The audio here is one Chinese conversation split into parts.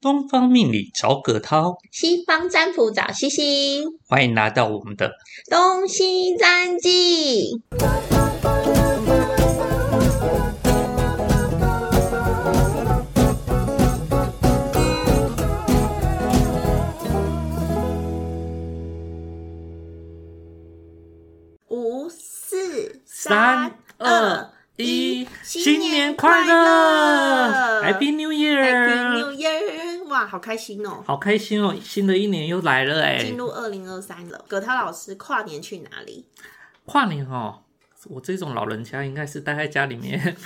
东方命理找葛涛，西方占卜找西西，欢迎来到我们的东西占记。五四三二一，新年快乐，Happy New Happy Year！ New Year！哇，好开心哦！好开心哦，新的一年又来了哎进！入二零二三了，葛涛老师跨年去哪里？跨年哦，我这种老人家应该是待在家里面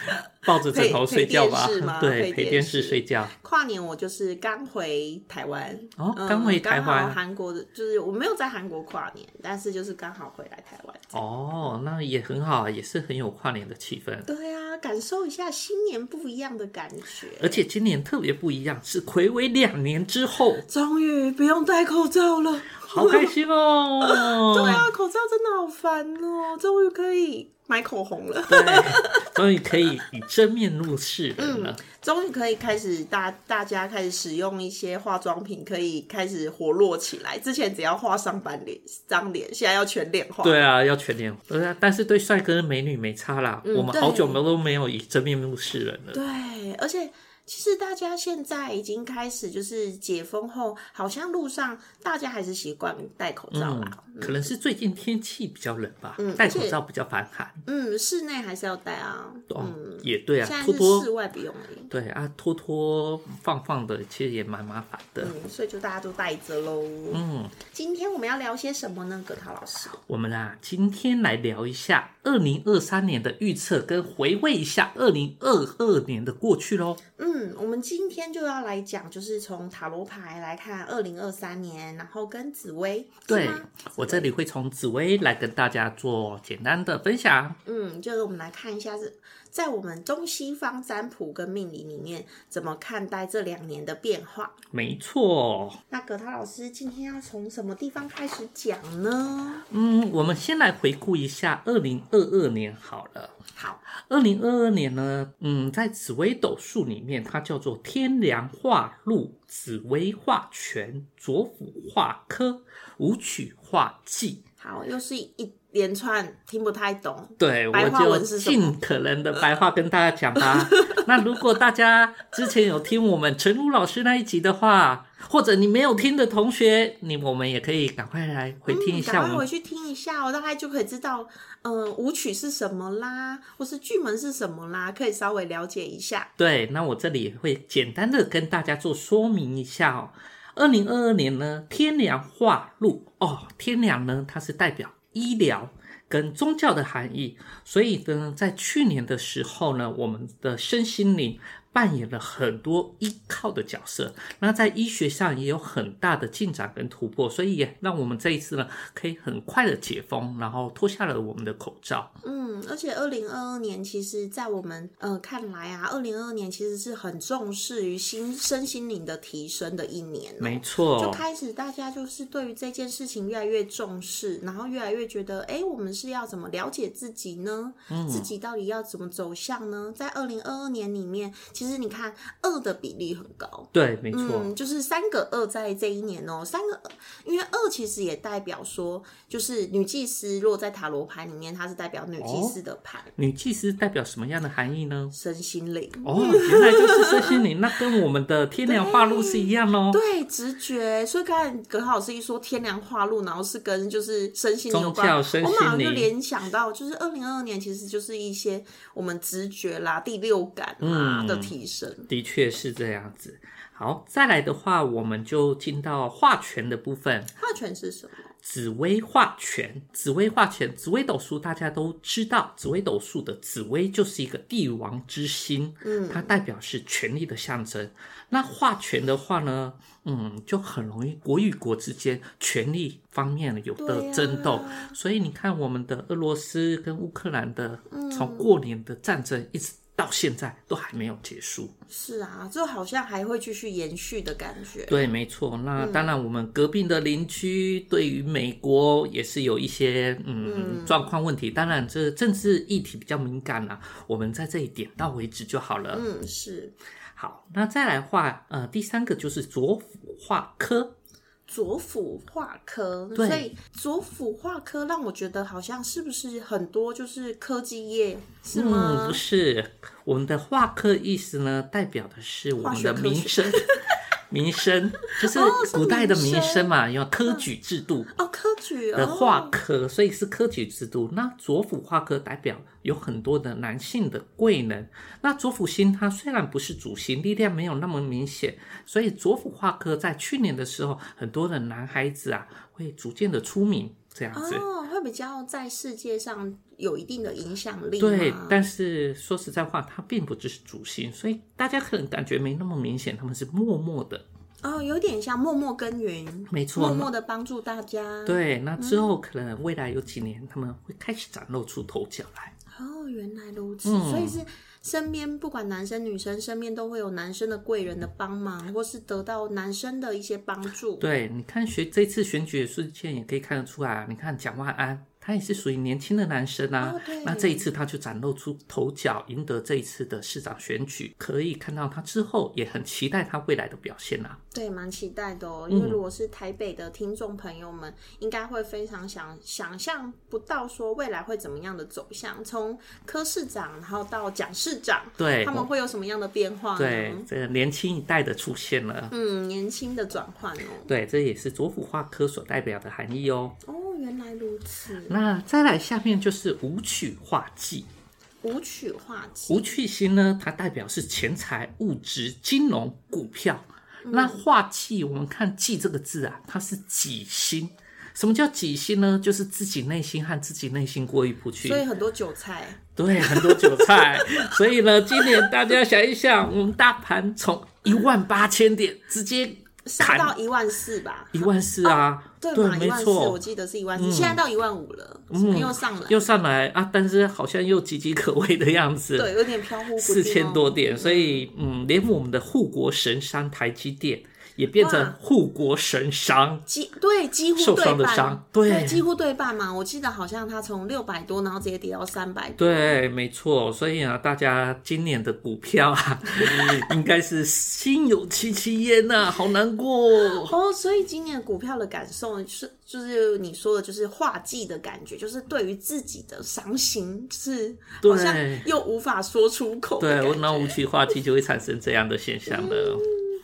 抱着枕陪头陪睡觉电吧视吗？对，陪陪电电视视睡觉。跨年我就是刚回台湾，哦嗯刚回台湾刚好韩国的就是我没有在韩国跨年，但是就是刚好回来台湾。哦，那也很好啊，也是很有跨年的气氛。对啊，感受一下新年不一样的感觉而。且今年特别不一样，是暌违两年之后，终于不用戴口罩了，好开心哦！ 对啊，口罩真的好烦哦，终于可以买口红了，对， 终于可以以真面目示人嗯了。 终于可以开始大大家开始使用一些化妆品，可以开始活络起来。之前只要画上半脸、脏脸，现在要全脸画。对啊，要全脸，对啊，但是对帅哥美女没差啦。嗯我们对好久没都没有以真面目示人了。对，而且其实大家现在已经开始就是解封后，好像路上大家还是习惯戴口罩嗯啦。，可能是最近天气比较冷吧，嗯戴口罩比较反寒。嗯，室内还是要戴啊。哦嗯，，也对啊现，在拖是室拖，外不用而已。对啊，拖拖放放的，其实也蛮麻烦的。嗯，所以就大家都戴着喽。嗯，今天我们要聊些什么呢？葛涛老师，我们啊，今天来聊一下二零二三年的预测，跟回味一下二零二二年的过去喽。嗯，我们今天就要来讲，就是从塔罗牌来看二零二三年，然后跟紫薇，是对吗我这里会从紫薇来跟大家做简单的分享。嗯，就是我们来看一下是在我们中西方占卜跟命理里面怎么看待这两年的变化。没错，那葛涛老师今天要从什么地方开始讲呢？嗯，我们先来回顾一下二零二二年好了。好，二零二二年呢，嗯，在紫微斗数里面，它叫做天梁化禄、紫微化权、左辅化科、武曲化忌。好，又是一连串听不太懂。对，白我话就文是什么尽可能的白话跟大家讲吧。那如果大家之前有听我们陈儒老师那一集的话，或者你没有听的同学，你我们也可以赶快来回听一嗯下赶我快回们。去听一下哦，大概就可以知道，嗯，舞曲是什么啦，或是剧门是什么啦，可以稍微了解一下。对，那我这里也会简单的跟大家做说明一下哦。二零二二年呢，天梁化禄哦，天梁呢它是代表医疗跟宗教的含义，所以呢，在去年的时候呢，我们的身心灵扮演了很多依靠的角色，那在医学上也有很大的进展跟突破，所以也让我们这一次呢，可以很快的解封，然后脱下了我们的口罩。嗯，而且二零二二年，其实，在我们呃看来啊，二零二二年其实是很重视于心身心灵的提升的一年哦、没错，就开始大家就是对于这件事情越来越重视，然后越来越觉得，哎、我们是要怎么了解自己呢？嗯自己到底要怎么走向呢？在二零二二年里面，其实你看二的比例很高。对，没错。嗯，就是三个二在这一年哦、三个二，因为二其实也代表说，就是女祭司落在塔罗牌里面，它是代表女祭哦司的牌，女祭司代表什么样的含义呢？身心灵，哦，原来就是身心灵，那跟我们的天梁化禄是一样哦。对，直觉。所以刚才葛老师一说天凉化露，然后是跟就是身心灵有宗教关，身我马上心就灵联想到，就是二零二二年其实就是一些我们直觉啦、第六感啦、嗯的提升。的确是这样子。好，再来的话，我们就进到化权的部分。化权是什么？紫薇化权，紫薇化权，紫薇斗数大家都知道，紫薇斗数的紫薇就是一个帝王之星，嗯它代表是权力的象征。那化权的话呢，嗯，就很容易国与国之间权力方面有对的啊争斗，所以你看我们的俄罗斯跟乌克兰的，嗯从过年的战争一直到现在都还没有结束。是啊，就好像还会继续延续的感觉。对，没错。那嗯当然，我们隔壁的邻居对于美国也是有一些嗯状况问题。当然，啊这政治议题比较敏感啦、我们在这里点到为止就好了。嗯，是好，那再来话，呃，第三个就是左辅化科，左辅化科，对所以左辅化科让我觉得好像是不是很多就是科技业是嗯，吗不？是我们的化科意思呢，代表的是我们的化学科民生，民生就是哦是古代的民民生生嘛，有科举制度哦，科举的化哦，科，所以是科举制度。那左辅化科代表有很多的男性的贵人，那左辅星它虽然不是主星，力量没有那么明显，所以左辅化科在去年的时候，很多的男孩子啊会逐渐的出名这样子。哦，会比较在世界上有一定的影响力对吗，但是说实在话，它并不只是主星，所以大家可能感觉没那么明显，他们是默默的。哦，有点像默默耕耘，没错默默的帮助大家。，对，那之后可能未来有几年，他们会开始展露出头角来。哦，原来如此，嗯所以是身边不管男生女生，身边都会有男生的贵人的帮忙，或是得到男生的一些帮助。对，你看选这次选举的事件也可以看得出来啊。你看蒋万安，他也是属于年轻的男生啊。哦对那这一次他就展露出头角，赢得这一次的市长选举。可以看到他之后也很期待他未来的表现啊。对，蛮期待的哦，嗯因为如果是台北的听众朋友们，应该会非常想想象不到说未来会怎么样的走向，从柯市长，然后到蒋市长，对他们会有什么样的变化对呢？，这个年轻一代的出现了。啊嗯，年轻的转换哦。对，这也是左辅化科所代表的含义哦。哦，原来如此，那再来下面就是武曲化忌，舞曲化忌武曲星呢，它代表是钱财、物质、金融、股票。嗯那化忌，我们看“忌”这个字啊，它是己心。什么叫己心呢？就是自己内心和自己内心过意不去所。以很多韭菜。对，很多韭菜。所以呢，今年大家想一想，我们大盘从一万八千点直接杀砍到一万四吧，一万四啊，对对，嘛？一没万四，错嗯我。记得是一万四，现在到一万五了，又上来，又上来啊，但是好像又岌岌可危的样子。对，有点飘忽不定、哦。四千多点，所以嗯，连我们的护国神山台积电也变成哇护国神商，几对几乎受对伤的半伤，对几乎对半嘛。我记得好像它从六百多，然后直接跌到三百。对，没错。所以啊，大家今年的股票 啊，应该是心有戚戚焉呐、好难过哦。哦，所以今年股票的感受是，就是你说的，就是化忌的感觉，就是对于自己的伤心是好像对又无法说出口的对，感觉。我那无曲化忌就会产生这样的现象了。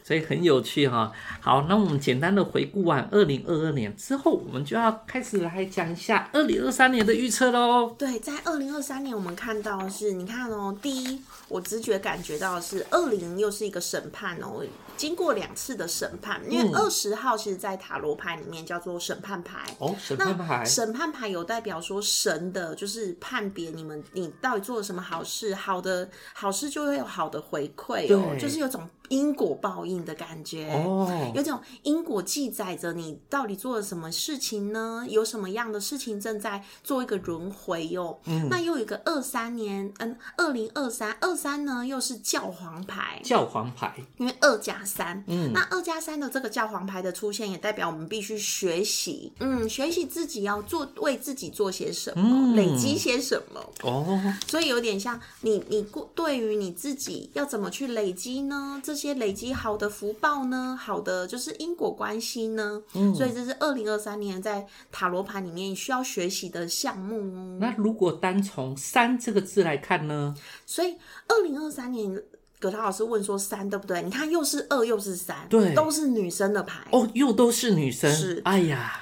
所以很有趣哈、好，那我们简单的回顾完二零二二年之后，我们就要开始来讲一下二零二三年的预测喽。对，在二零二三年，我们看到的是，你看哦，第一，我直觉感觉到的是二零又是一个审判哦，经过两次的审判，因为嗯二十号其实，在塔罗牌里面叫做审判牌。哦，审判那牌，审判牌有代表说神的，就是判别你们你到底做了什么好事，好的好事就会有好的回馈哦，对就是有种因果报应的感觉哦有种因果记载着你到底做了什么事情呢？有什么样的事情正在做一个轮回哟、嗯那又有一个二三年，嗯，二零二三二三呢又是教皇牌，教皇牌。因为二加三，嗯，那二加三的这个教皇牌的出现，也代表我们必须学习，嗯，学习自己要做为自己做些什么，嗯累积些什么，哦，所以有点像你，你过对于你自己要怎么去累积呢？这些累积好的福报呢，好的就是因果关系呢。嗯所以这是二零二三年在塔罗牌里面需要学习的项目哦。那如果单从“三”这个字来看呢？所以二零二三年，葛涛老师问说三对不对？你看又是二又是三，对都是女生的牌，哦，又都是女生。是哎呀，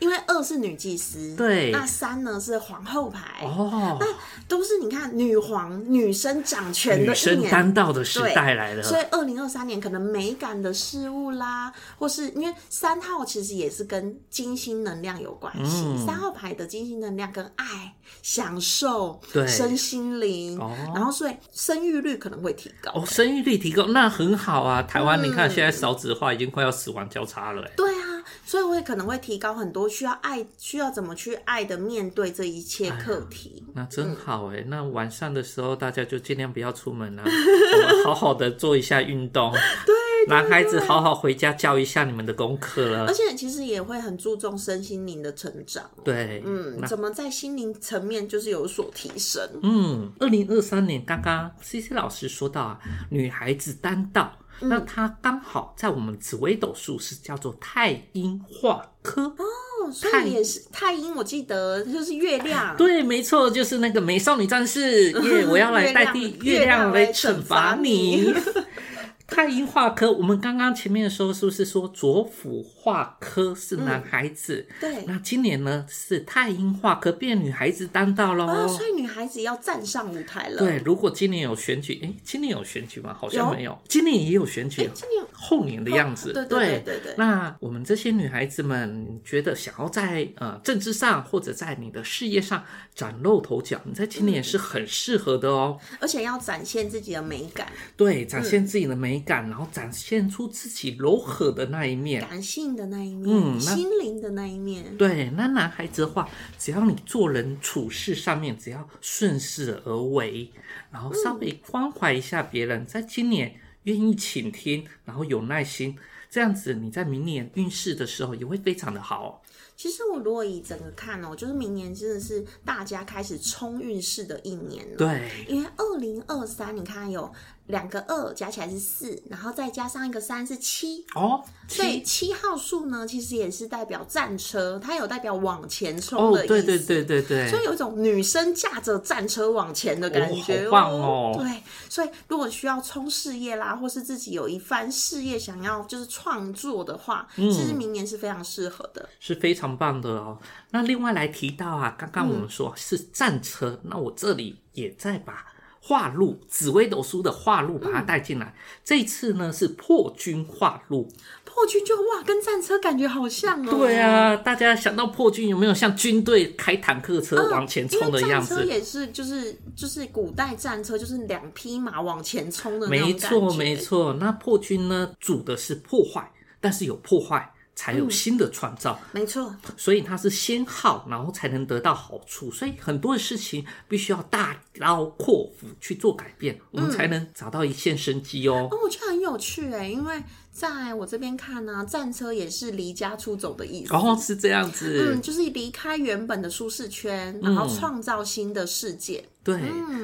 因为二是女祭司，对那三呢是皇后牌，哦，都是你看女皇女生掌权女的一生年。当道的时代来了。所以二零二三年可能美感的事物啦，或是因为三号其实也是跟金星能量有关系，嗯三号牌的金星能量跟爱、享受、对身心灵，哦然后所以生育率可能会提高。哦，生育率提高，那很好啊。台湾，嗯你看现在少子化已经快要死亡交叉了、哎对啊，所以会可能会提高很多需要爱，需要怎么去爱的面对这一切课题。那真好哎、那 晚上的时候大家就尽量不要出门啊，我们好好的做一下运动。对，男孩子好好回家教一下你们的功课啊而了。且其实也会很注重身心灵的成长。对，嗯，那怎么在心灵层面就是有所提升？嗯，二零二三年刚刚 C C 老师说到啊，女孩子单道，嗯那她刚好在我们紫微斗数是叫做太阴化科。哦，所太以也是太阴，我记得就是月亮。对，没错，就是那个美少女战 士耶！我要来代替月月亮亮来来惩惩罚罚你你。太阴化科，我们刚刚前面的时候是不是说左辅化科是男孩子？对那今年呢是太阴化科变女孩子当道喽。啊，所以女孩子要站上舞台了。哦哎对，如果今年有选举，诶，今年有选举吗？好像有没有，今年也有选举哎，，今年后年的样子。对对对对对，那我们这些女孩子们，你觉得想要在呃政治上或者在你的事业上崭露头角，你在今年嗯是很适合的哦。而且要展现自己的美感，对，嗯展现自己的美感，然后展现出自己柔和的那一面。感性的那一嗯面，那心灵的那一面。对，那男孩子的话，只要你做人处事上面只要顺势而为，然后稍微关怀一下别人，在今年愿意倾听，然后有耐心，这样子你在明年运势的时候也会非常的好哦、其实我如果以整个看哦，就是明年真的是大家开始冲运势的一年了。对，因为二零二三，你看有两个二加起来是四，然后再加上一个三是七，哦，所以七七号数呢，其实也是代表战车，它有代表往前冲哦的，意对思。对对对对所，以有一种女生驾着战车往前的感觉、哦好棒哦对，所以如果需要冲事业啦，或是自己有一番事业想要就是创作的话，嗯其实明年是非常适合的。是非常棒的哦。那另外来提到啊，刚刚我们说是战车，那我这里也在把化禄紫微斗数的化禄把它带进来。这一次呢是破军化禄，破军就哇，跟战车感觉好像哦。对。啊，大家想到破军有没有像军队开坦克车往前冲的啊因为样战车子？也是，就是就是古代战车，就是两匹马往前冲的那种没感觉。错，没错。那破军呢，主的是破坏，但是有破坏才嗯有新的创造。没错，所以它是先耗，然后才能得到好处。所以很多的事情必须要大刀阔斧去做改变，我们才能找到一线生机哦。哦，我觉得很有趣哎，因为在我这边看呢、战车也是离家出走的意思。然后哦是嗯这样子，哦嗯，就是离开原本的舒适圈，然后创造新的世界。对，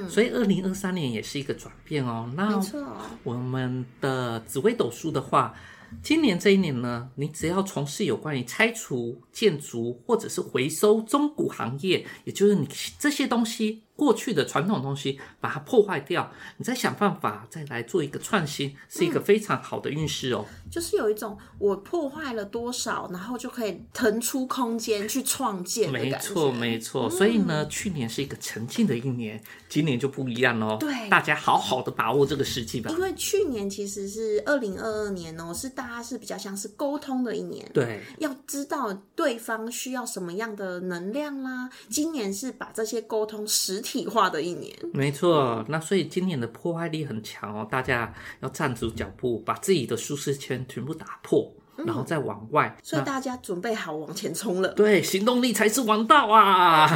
所以二零二三年也是一个转变哦。那嗯没错，我们的紫微斗数的话，今年这一年呢，你只要从事有关于拆除建筑或者是回收中古行业，也就是你这些东西过去的传统东西，把它破坏掉，你再想办法再来做一个创新，是一个非常好的运势哦。就是有一种我破坏了多少，然后就可以腾出空间去创建的没感嗯错，觉。没错。所以呢，去年是一个沉静的一年，今年就不一样喽。对大家好好的把握这个时机吧因。为去年其实是二零二二年哦，是大家是比较像是沟通的一年，对，要知道对方需要什么样的能量啦。今年是把这些沟通实体化的一年，没错，那所以今年的破坏力很强哦，大家要站住脚步，把自己的舒适圈全部打破，然后再往外。嗯所以那大家准备好往前冲了。 对，行动力才是王道啊！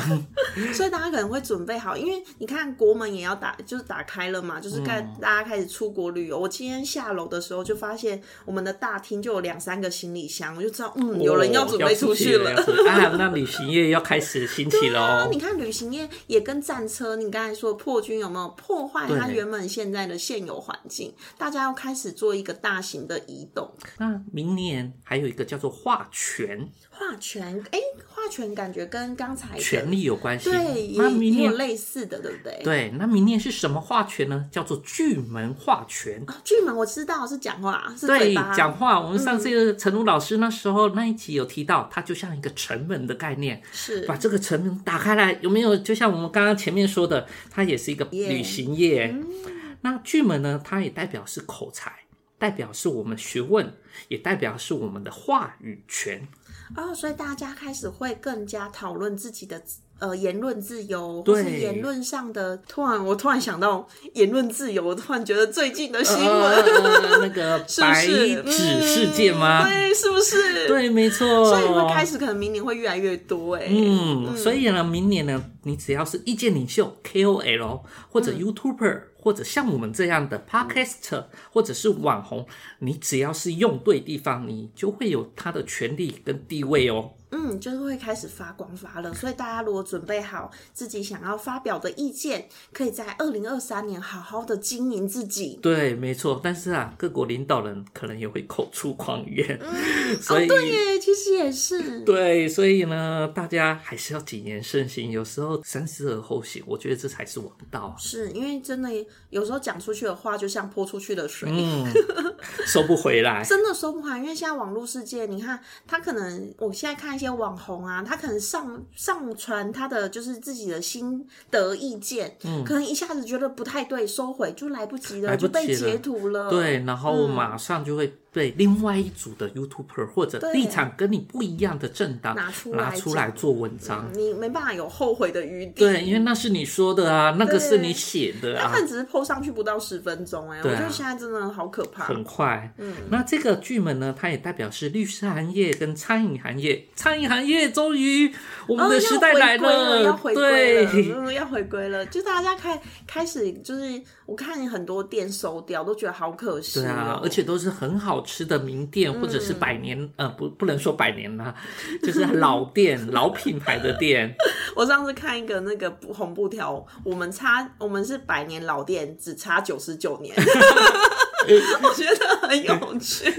所以大家可能会准备好，因为你看国门也要打，就是打开了嘛，就是开、嗯大家开始出国旅游。我今天下楼的时候就发现我们的大厅就有两三个行李箱，我就知道，嗯， 有人要准备出去 了。哦要出去了啊！那旅行业要开始兴起哦喽、啊，你看旅行业也跟战车，你刚才说破军有没有破坏它对原本现在的现有环境？大家要开始做一个大型的移动那明年还有一个叫做化权，化权，哎、化权感觉跟刚才的权力有关系。对也那明也有年类似的，对不对？对，那明年是什么化权呢？叫做巨门化权。啊，巨门我知道是讲话，是对嘴巴，嗯讲话，我们上次陈儒老师那时候那一集有提到，它就像一个城门的概念，是把这个城门打开来，有没有？就像我们刚刚前面说的，它也是一个耶旅行业。嗯那巨门呢，它也代表是口才，代表是我们学问，也代表是我们的话语权。哦，所以大家开始会更加讨论自己的呃言论自由，或对是言论上的。突然，我突然想到言论自由，我突然觉得最近的新闻、呃、那个是不白是纸事件吗？嗯对，是不是？，对，哦没错。所以会开始，可能明年会越来越多、哎、嗯嗯，所以呢，明年呢，你只要是意见领袖嗯 KOL 或者 YouTuber、或者像我们这样的 podcaster，或者是网红，你只要是用对地方，你就会有他的权利跟地位哦。嗯，就是会开始发光发热，所以大家如果准备好自己想要发表的意见，可以在二零二三年好好的经营自己。对，没错。但是啊，各国领导人可能也会口出狂言，嗯 所以、哦，对耶，其实也是。对，所以呢，大家还是要谨言慎行，有时候三思而后行，我觉得这才是王道。是因为真的有时候讲出去的话，就像泼出去的水， 嗯，收不回来。真的收不完。因为现在网络世界，你看他可能，我现在看一些网红啊，他可能上上传他的就是自己的心得意见，可能一下子觉得不太对，收回就来不及了，嗯来不就及被了截图了。对，然后马上就会被另外一组的 YouTuber 或者嗯对立场跟你不一样的政党拿出来拿出来讲做文章。你没办法有后悔的余地。对，因为那是你说的啊，那个是对你写的他啊可，能只是 PO 上去不到十分钟、哎、对啊我觉得现在真的好可怕。很快。嗯那这个剧门呢，它也代表是律师行业跟餐饮行业。餐饮行业终于我们哦的时代来要回归对了，，嗯，要回归了。就大家开开始，就是我看很多店收掉，都觉得好可惜、哦。对啊，而且都是很好吃的名店，嗯或者是百年呃不不能说百年啦、就是老 店老品牌的店。我上次看一个那个布红布条，我们差我们是百年老店，只差九十九 年， 我觉得很 有趣，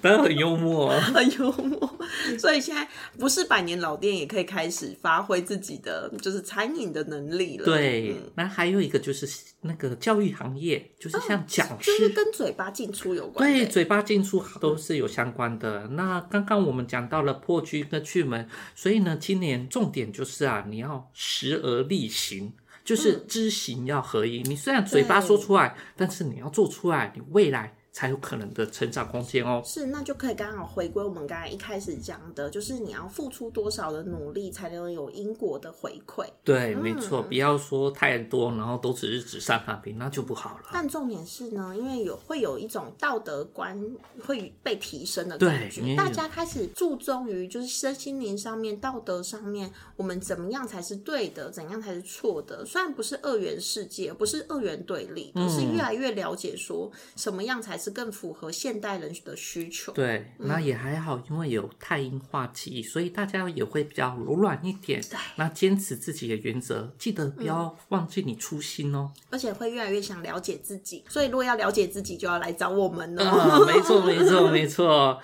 但很幽默，哦很幽默。所以现在不是百年老店，也可以开始发挥自己的就是餐饮的能力了。对嗯。哦那还有一个就是那个教育行业，就是像讲师就是跟嘴巴进出有关。对，，嘴巴进出都是有相关的。那刚刚我们讲到了破局跟去门，所以呢，今年重点就是啊，你要时而力行，就是知行要合一。你虽然嘴巴说出来，但是你要做出来，你未来才有可能的成长空间哦。是，那就可以刚好回归我们刚才一开始讲的，就是你要付出多少的努力，才能有因果的回馈。对，没错，不要说太多，然后都只是纸上谈兵，那就不好了。但重点是呢，因为有会有一种道德观会被提升的对感你觉，大家开始注重于就是身心灵上面、道德上面，我们怎么样才是对的，怎样才是错的。虽然不是二元世界，不是二元对立，而是越来越了解说什么样才是更符合现代人的需求。对，那嗯也还好，因为有太阴化记忆，所以大家也会比较柔软一点。那坚持自己的原则，记得不嗯要忘记你初心哦。而且会越来越想了解自己，所以如果要了解自己，就要来找我们啊，哦。没错，没错，没错。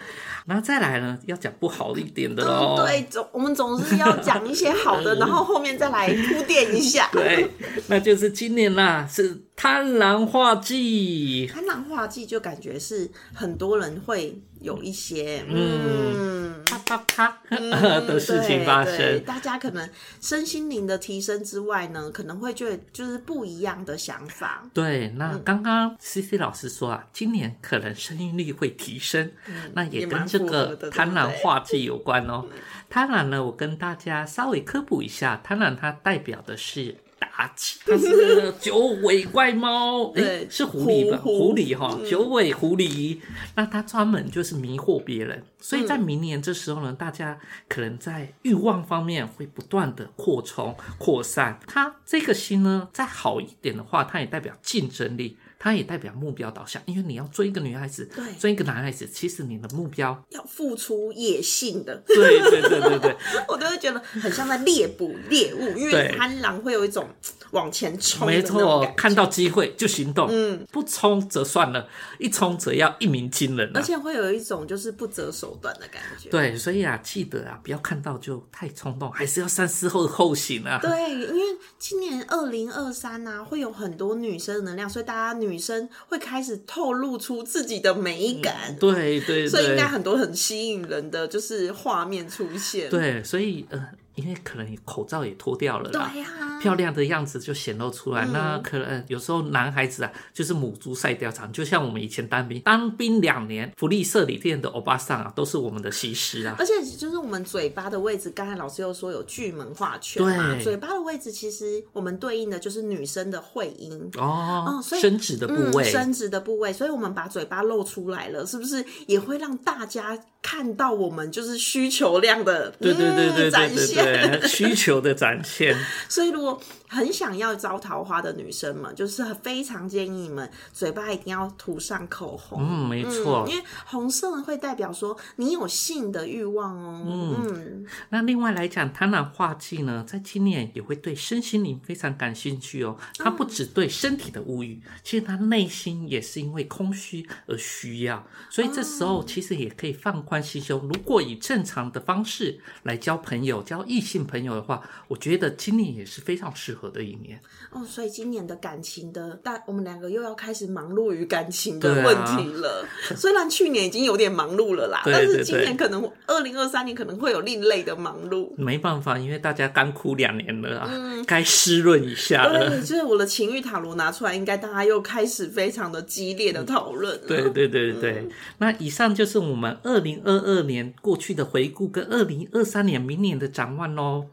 那再来呢，要讲不好一点的喽。嗯哦对，总我们总是要讲一些好 的，然后后面再来铺垫一下。对，那就是今年啦，是贪婪化剂。贪婪化剂就感觉是很多人会有一些嗯啪啪啪嗯 的事情发对对生，大家可能身心灵的提升之外呢，可能会觉得就是不一样的想法。对，那嗯刚刚 C C 老师说啊，今年可能生育率会提升，那也嗯也跟蛮这符合个的对不嗯贪婪对化剂有关哦。贪婪呢，我跟大家稍微科普一下，贪婪它代表的是。妲 己，它是九尾怪猫，哎对，是狐狸吧？狐嗯狐狸哈、九尾狐狸。那它专门就是迷惑别人，所以在明年这时候呢，大家可能在欲望方面会不断的扩充、扩散。它这个心呢，再好一点的话，它也代表竞争力，它也代表目标导向。因为你要追一个女孩子，对，追一个男孩子，其实你的目标要付出野性的， 对对对对对，我都会觉得很像在猎捕猎物，因为对贪婪会有一种往前冲的没那种错感，觉看到机会就行动，嗯，不冲则算了，一冲则要一鸣惊人、啊而。且会有一种就是不择手段的感觉。对，所以啊，记得啊，不要看到就太冲动，还是要三思后后行啊。对，因为今年二零二三呐，会有很多女生的能量，所以大家女生会开始透露出自己的美 感，对嗯对对，所以应该很多很吸引人的就是画面出现。对，所以呃，因为可能口罩也脱掉了对啊嗯啦，呀、漂亮的样子就显露出来。那可能、呃有时候男孩子啊，就是母猪赛貂蝉，就像我们以前当兵，当兵两年，福利社里面的欧巴桑啊，都是我们的西施啊。而且就是我们嘴巴的位置，刚才老师又说有巨门化圈嘛，对嘴巴的位置其实我们对应的就是女生的会阴。哦， 哦所以生殖的部嗯，位，伸直的部位，所以我们把嘴巴露出来了，是不是也会让大家看到我们就是需求量的 对对对对嗯、展对对现？ 对需求的展现，所以，如果很想要招桃花的女生们，就是非常建议你们嘴巴一定要涂上口红。嗯，没错。因为红色呢会代表说你有性的欲望哦。嗯那另外来讲，贪婪化忌呢，在今年也会对身心灵非常感兴趣哦。它不只对身体的物欲，其实他内心也是因为空虚而需要，所以这时候其实也可以放宽心胸。如果以正常的方式来交朋友，交异性朋友的话，我觉得今年也是非常适合的一年。哦，所以今年的感情的，但我们两个又要开始忙碌于感情的对啊问题了。虽然去年已经有点忙碌了啦，对但是对今对年可能二零二三年可能会有另类的忙碌。没办法，因为大家干枯两年了啊，该湿润一下了。对，就是我的情欲塔罗拿出来，应该大家又开始非常的激烈的讨论了。对对对对，嗯那以上就是我们二零二二年过去的回顾跟二零二三年明年的展望喽。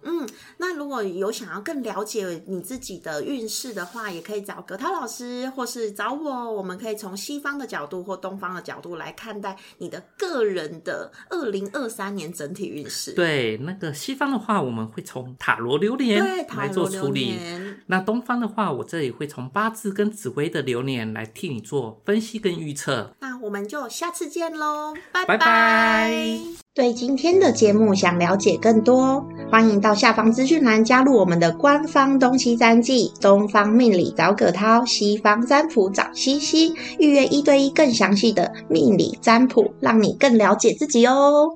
那如果有想要更了解你自己的运势的话，也可以找葛涛老师，或是找我，我们可以从西方的角度或东方的角度来看待你的个人的二零二三年整体运势。对，那个西方的话，我们会从塔罗流年对，塔来做罗处流理。年，那东方的话，我这里会从八字跟紫微的流年来替你做分析跟预测。那我们就下次见喽，拜拜拜对今天的节目想了解更多，欢迎到下方资讯栏加入我们的官方东西占记，东方命理找葛涛，西方占卜找西西，预约一对一更详细的命理占卜，让你更了解自己哦。